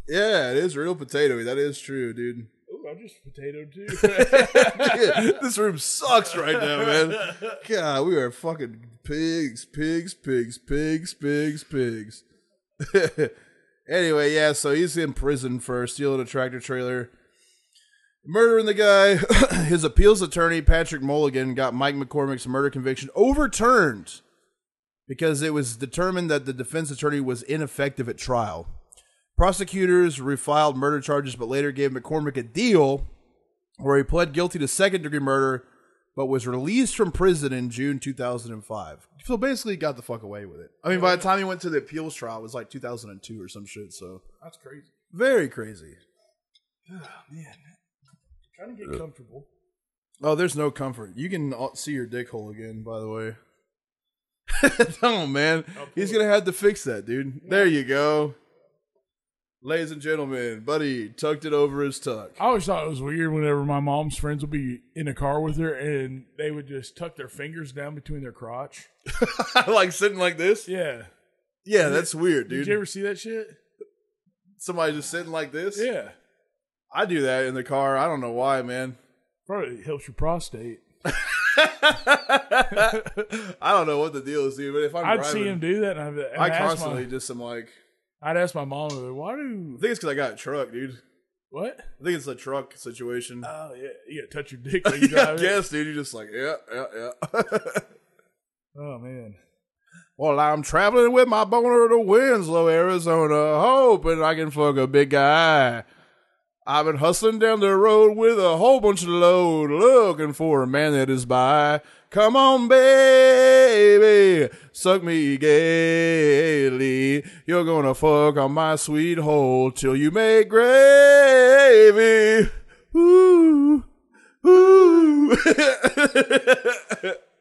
it is real potatoey. That is true, dude.
Ooh, I just potato too. [laughs]
[laughs] this room sucks right now, man. God, we are fucking pigs, pigs, pigs, pigs, pigs, pigs. [laughs] anyway, yeah, so he's in prison for stealing a tractor trailer, murdering the guy. [coughs] His appeals attorney, Patrick Mulligan, got Mike McCormick's murder conviction overturned because it was determined that the defense attorney was ineffective at trial. Prosecutors refiled murder charges, but later gave McCormick a deal where he pled guilty to second degree murder, but was released from prison in June 2005. So basically, he got the fuck away with it. I mean, by the time he went to the appeals trial, it was like 2002 or some shit. So
That's crazy.
very crazy.
Man, trying
Uh.
to get comfortable.
Oh, there's no comfort. You can all- see your dick hole again, by the way. [laughs] no, man.
Oh,
He's going to have to fix that, dude. There you go. Ladies and gentlemen, buddy tucked it over his tuck. [laughs]
I always thought it was weird whenever my mom's friends would be in a car with her and they would just tuck their fingers down between their crotch.
like sitting like this?
Yeah.
Yeah, that's weird,
Did you
dude.
ever see that shit?
Somebody just sitting like this?
Yeah.
I do that in the car. I don't know why, man. [laughs]
Probably helps your prostate.
I don't know what the deal is, dude. But if I'm
I'd
driving,
see him do that, and I'd, and
I
ask
constantly
My,
just am like,
I'd ask my mom, I'd be like, "Why
I
do
think it's because I got a truck, dude.
what?
[laughs] I think it's a truck situation.
Oh yeah, you gotta touch your dick when you
[laughs] yeah, I
drive it.
guess, dude. You're just like, yeah, yeah, yeah. [laughs]
Oh man,
well, I'm traveling with my boner to Winslow, Arizona, hoping I can fuck a big guy. I've been hustling down the road with a whole bunch of load, looking for a man that is by. Come on, baby, suck me gaily. You're gonna fuck on my sweet hole till you make gravy. Ooh, ooh. [laughs]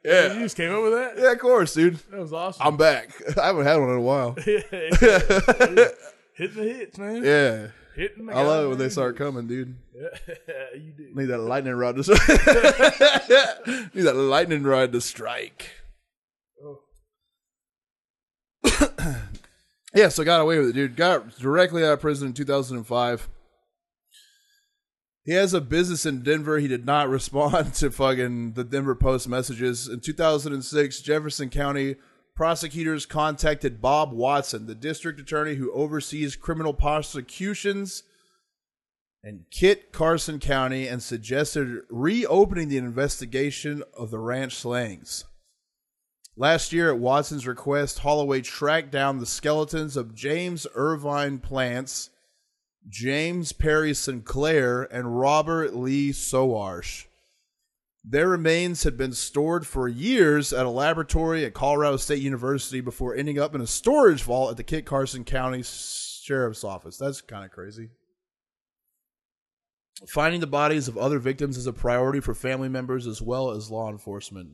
yeah,
you just came up with that.
yeah, of course, dude.
That was awesome.
I'm back. I haven't had one in a while.
Yeah, yeah. hitting the hits, man.
Yeah.
Hitting the
I love it when they
goddamn-
start coming, dude.
Yeah, [laughs] you do.
Need that lightning rod to [laughs] Need that lightning rod to strike.
Oh.
[coughs] Yeah, so got away with it, dude. Got directly out of prison in 2005. He has a business in Denver. He did not [laughs] respond to fucking the Denver Post messages. In 2006, Jefferson County prosecutors contacted Bob Watson, the district attorney who oversees criminal prosecutions in Kit Carson County, and suggested reopening the investigation of the ranch slangs. Last year, at Watson's request, Holloway tracked down the skeletons of James Irvine Plants, James Perry Sinclair, and Robert Lee Soarsh. Their remains had been stored for years at a laboratory at Colorado State University before ending up in a storage vault at the Kit Carson County Sheriff's Office. That's kind of crazy. Finding the bodies of other victims is a priority for family members as well as law enforcement.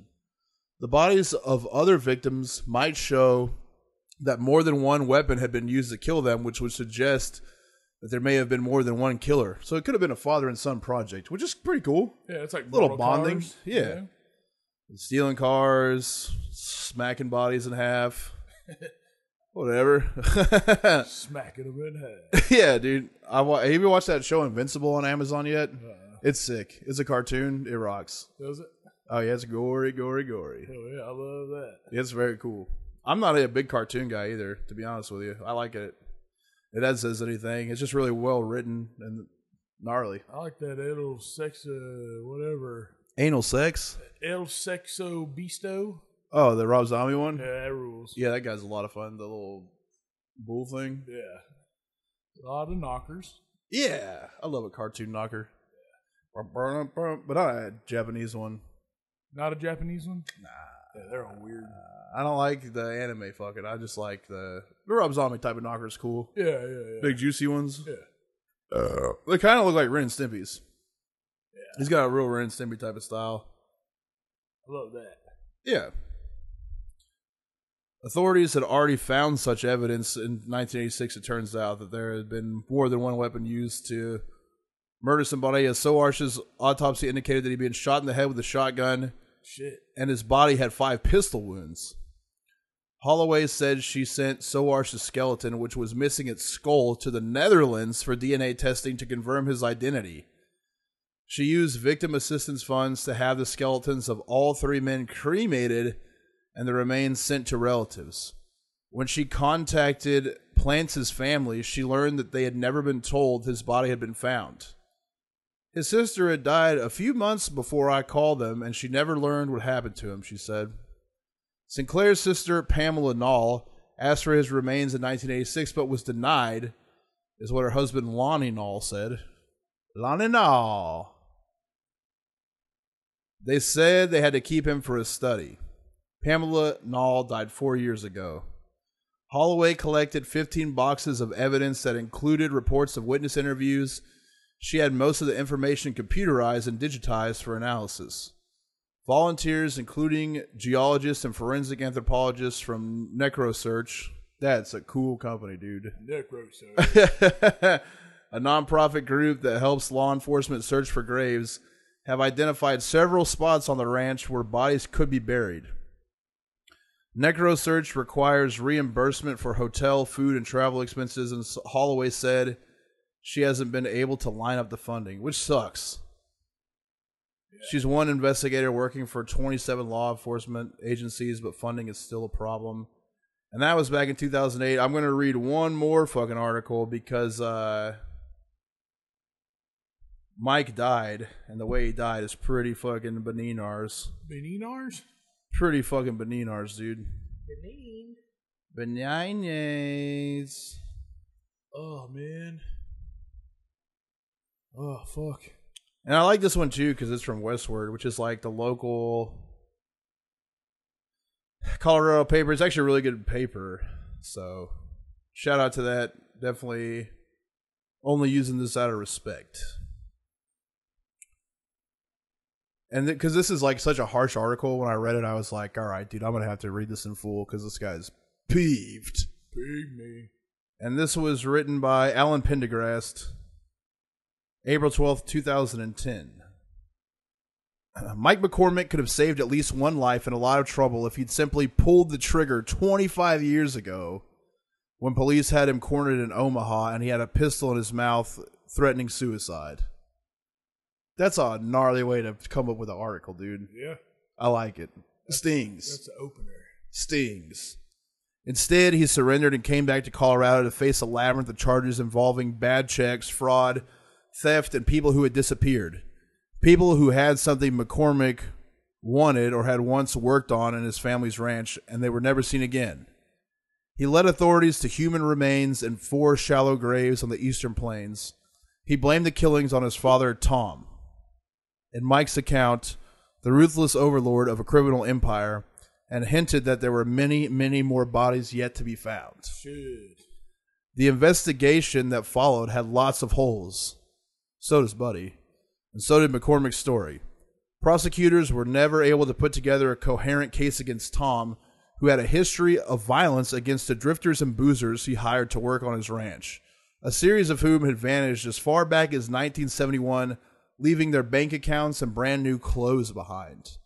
The bodies of other victims might show that more than one weapon had been used to kill them, which would suggest that there may have been more than one killer. So it could have been a father and son project, which is pretty cool.
Yeah, it's like
Little
model
bonding.
cars,
Yeah.
you
Stealing cars, smacking bodies in half, [laughs] whatever. [laughs]
know? Smacking them in half.
yeah, dude. I wa- have you watched that show Invincible on Amazon yet? It's sick. It's a cartoon. It rocks.
Does it?
Oh yeah, it's gory, gory, gory.
Hell yeah, I love that.
It's very cool. I'm not a big cartoon guy either, to be honest with you. I like it. It as says anything. It's just really well written and gnarly.
I like that El Sexo, whatever.
Anal sex.
El Sexo Bisto.
Oh, the Rob Zombie one.
Yeah, that rules.
Yeah, that guy's a lot of fun. The little bull thing.
Yeah. A lot of knockers.
Yeah, I love a cartoon knocker. But not a Japanese one.
Not a Japanese one?
Nah,
Yeah, they're all weird.
I don't like the anime fucking. I just like the the rub zombie type of knockers. Cool,
Yeah, yeah, yeah.
big juicy ones.
Yeah.
Uh, they kind of look like Ren and Stimpy's. He's got a real Ren and Stimpy type of style.
I love that.
Yeah. Authorities had already found such evidence in 1986. It turns out that there had been more than one weapon used to murder somebody. As Soarsh's autopsy indicated that he'd been shot in the head with a shotgun,
Shit.
and his body had five pistol wounds. Holloway said she sent Soarsh's skeleton, which was missing its skull, to the Netherlands for DNA testing to confirm his identity. She used victim assistance funds to have the skeletons of all three men cremated and the remains sent to relatives. When she contacted Plantz's family, she learned that they had never been told his body had been found. His sister had died a few months before I called them, and she never learned what happened to him, she said. Sinclair's sister, Pamela Knoll, asked for his remains in 1986 but was denied, is what her husband, Lonnie Knoll, said. Lonnie Knoll. They said they had to keep him for his study. Pamela Knoll died four years ago. Holloway collected 15 boxes of evidence that included reports of witness interviews. She had most of the information computerized and digitized for analysis. Volunteers, including geologists and forensic anthropologists from NecroSearch, that's a cool company, dude.
Necro, so
[laughs] a nonprofit group that helps law enforcement search for graves, have identified several spots on the ranch where bodies could be buried. NecroSearch requires reimbursement for hotel, food, and travel expenses, and Holloway said she hasn't been able to line up the funding, which sucks. She's one investigator working for 27 law enforcement agencies, but funding is still a problem. And that was back in 2008. I'm going to read one more fucking article because uh, Mike died, and the way he died is pretty fucking Beninars.
Beninars?
Pretty fucking Beninars, dude. Benin. Benines.
Oh man. Oh fuck.
And I like this one too because it's from Westward, which is like the local Colorado paper. It's actually a really good paper. So shout out to that. Definitely only using this out of respect. And because this is like such a harsh article, when I read it, I was like, all right, dude, I'm going to have to read this in full because this guy's peeved.
Big me.
And this was written by Alan Pendergrast, April 12th, 2010. Uh, [clears throat] Mike McCormick could have saved at least one life and a lot of trouble if he'd simply pulled the trigger 25 years ago when police had him cornered in Omaha and he had a pistol in his mouth threatening suicide. That's a gnarly way to come up with an article, dude.
Yeah.
I like it. Stings
That's the opener.
stings. Instead, he surrendered and came back to Colorado to face a labyrinth of charges involving bad checks, fraud, theft, and people who had disappeared. People who had something McCormick wanted or had once worked on in his family's ranch, and they were never seen again. He led authorities to human remains and four shallow graves on the eastern plains. He blamed the killings on his father, Tom. In Mike's account, the ruthless overlord of a criminal empire, and hinted that there were many, many more bodies yet to be found.
Shit.
The investigation that followed had lots of holes. So does Buddy. And so did McCormick's story. Prosecutors were never able to put together a coherent case against Tom, who had a history of violence against the drifters and boozers he hired to work on his ranch, a series of whom had vanished as far back as 1971, leaving their bank accounts and brand new clothes behind.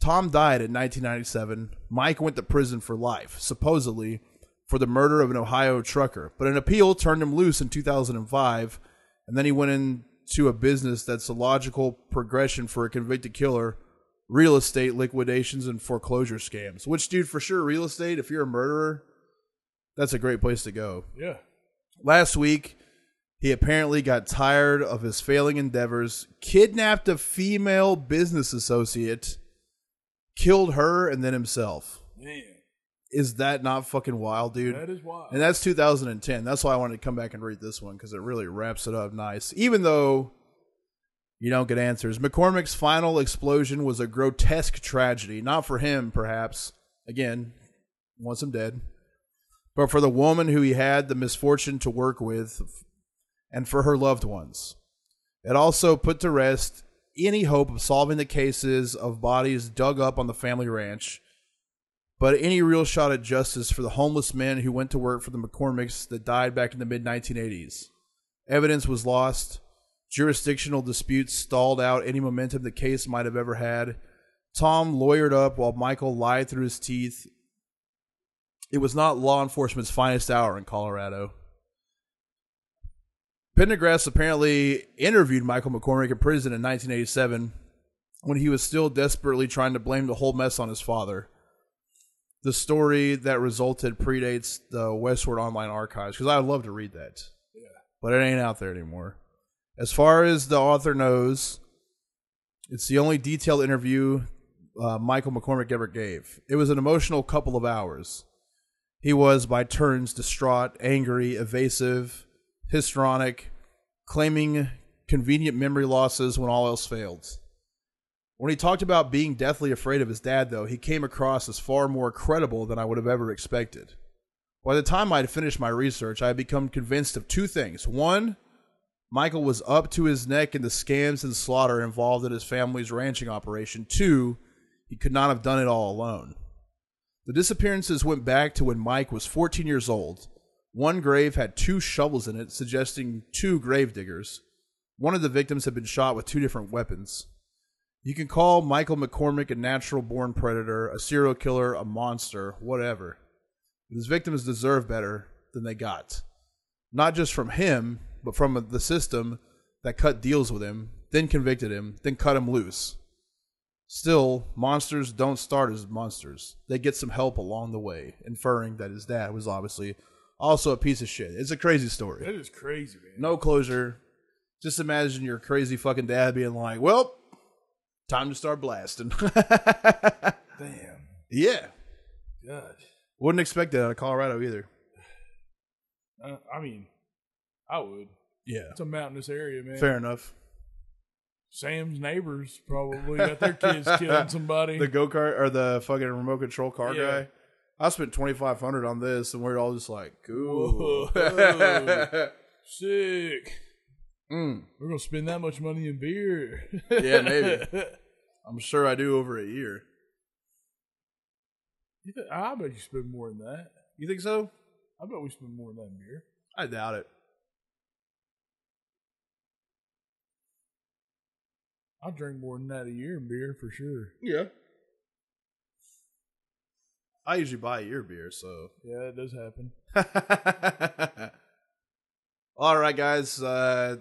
Tom died in 1997. Mike went to prison for life, supposedly, for the murder of an Ohio trucker, but an appeal turned him loose in 2005, and then he went into a business that's a logical progression for a convicted killer real estate liquidations and foreclosure scams. Which, dude, for sure, real estate, if you're a murderer, that's a great place to go.
Yeah.
Last week, he apparently got tired of his failing endeavors, kidnapped a female business associate, killed her, and then himself.
Man.
Is that not fucking wild, dude?
That is wild.
And that's 2010. That's why I wanted to come back and read this one because it really wraps it up nice. Even though You don't get answers. McCormick's final explosion was a grotesque tragedy, not for him, perhaps. Again, once I'm dead, but for the woman who he had the misfortune to work with and for her loved ones. It also put to rest any hope of solving the cases of bodies dug up on the family ranch, but any real shot at justice for the homeless men who went to work for the McCormicks that died back in the mid 1980s. Evidence was lost. Jurisdictional disputes stalled out any momentum the case might have ever had. Tom lawyered up while Michael lied through his teeth. It was not law enforcement's finest hour in Colorado. Pendergrass apparently interviewed Michael McCormick in prison in 1987 when he was still desperately trying to blame the whole mess on his father. The story that resulted predates the Westward Online archives because I would love to read that, but it ain't out there anymore. As far as the author knows, it's the only detailed interview uh, Michael McCormick ever gave. It was an emotional couple of hours. He was by turns distraught, angry, evasive, histrionic, claiming convenient memory losses when all else failed. When he talked about being deathly afraid of his dad, though, he came across as far more credible than I would have ever expected. By the time I had finished my research, I had become convinced of two things. One, Michael was up to his neck in the scams and slaughter involved in his family's ranching operation. Two, he could not have done it all alone. The disappearances went back to when Mike was 14 years old. One grave had two shovels in it, suggesting two gravediggers. One of the victims had been shot with two different weapons. You can call Michael McCormick a natural born predator, a serial killer, a monster, whatever. But his victims deserve better than they got. Not just from him, but from the system that cut deals with him, then convicted him, then cut him loose. Still, monsters don't start as monsters. They get some help along the way, inferring that his dad was obviously also a piece of shit. It's a crazy story.
That is crazy, man.
No closure. Just imagine your crazy fucking dad being like, well, time to start blasting. [laughs]
Damn.
yeah.
God.
Wouldn't expect that out of Colorado either.
Uh, I mean, I would.
Yeah.
It's a mountainous area, man.
Fair enough.
Sam's neighbors probably got their
[laughs]
kids killing somebody.
The go kart or the fucking remote control car
Yeah.
guy. I spent twenty five hundred on this, and we're all just like, cool. [laughs]
Whoa. Sick.
Mm.
We're gonna spend that much money in beer. [laughs]
Yeah, maybe. I'm sure I do over a year.
You think- I bet you spend more than that.
You think so?
I bet we spend more than that in beer.
I doubt it.
I drink more than that a year in beer for sure.
Yeah. I usually buy your beer, so
Yeah, it does happen.
[laughs] All right, guys. Uh,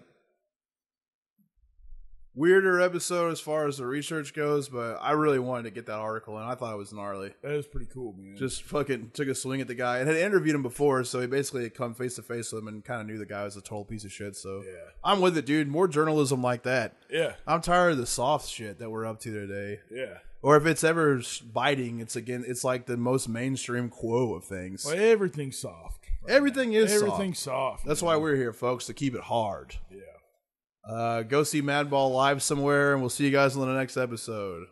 weirder episode as far as the research goes, but I really wanted to get that article, and I thought it was gnarly.
That is pretty cool, man.
Just fucking took a swing at the guy and had interviewed him before, so he basically had come face to face with him and kind of knew the guy was a total piece of shit. So
yeah,
I'm with it, dude. More journalism like that.
yeah,
I'm tired of the soft shit that we're up to today
yeah.
or if it's ever s- biting, it's again, it's like the most mainstream quo of things.
Well, everything's soft. right
Everything
now.
is soft.
everything's soft.
That's why we're here, folks, to keep it hard.
Yeah.
Uh, go see Madball live somewhere, and we'll see you guys on the next episode.